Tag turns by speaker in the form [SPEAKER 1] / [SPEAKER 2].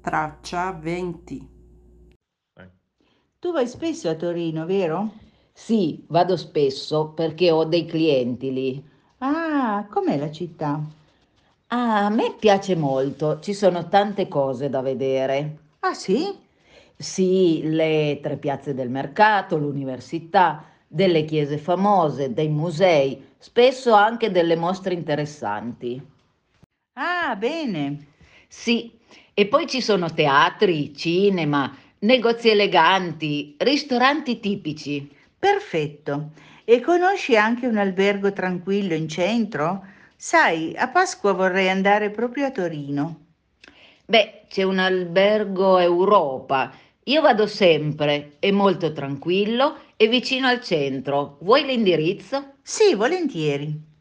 [SPEAKER 1] Traccia 20.
[SPEAKER 2] Tu vai spesso a Torino, vero?
[SPEAKER 3] Sì, vado spesso perché ho dei clienti lì.
[SPEAKER 2] Ah, com'è la città?
[SPEAKER 3] Ah, a me piace molto, ci sono tante cose da vedere.
[SPEAKER 2] Ah, sì?
[SPEAKER 3] Sì, le tre piazze del mercato, l'università, delle chiese famose, dei musei, spesso anche delle mostre interessanti.
[SPEAKER 2] Ah, bene.
[SPEAKER 3] Sì, e poi ci sono teatri, cinema, negozi eleganti, ristoranti tipici.
[SPEAKER 2] Perfetto. E conosci anche un albergo tranquillo in centro? Sai, a Pasqua vorrei andare proprio a Torino.
[SPEAKER 3] Beh, c'è un albergo Europa. Io vado sempre, è molto tranquillo e vicino al centro. Vuoi l'indirizzo?
[SPEAKER 2] Sì, volentieri.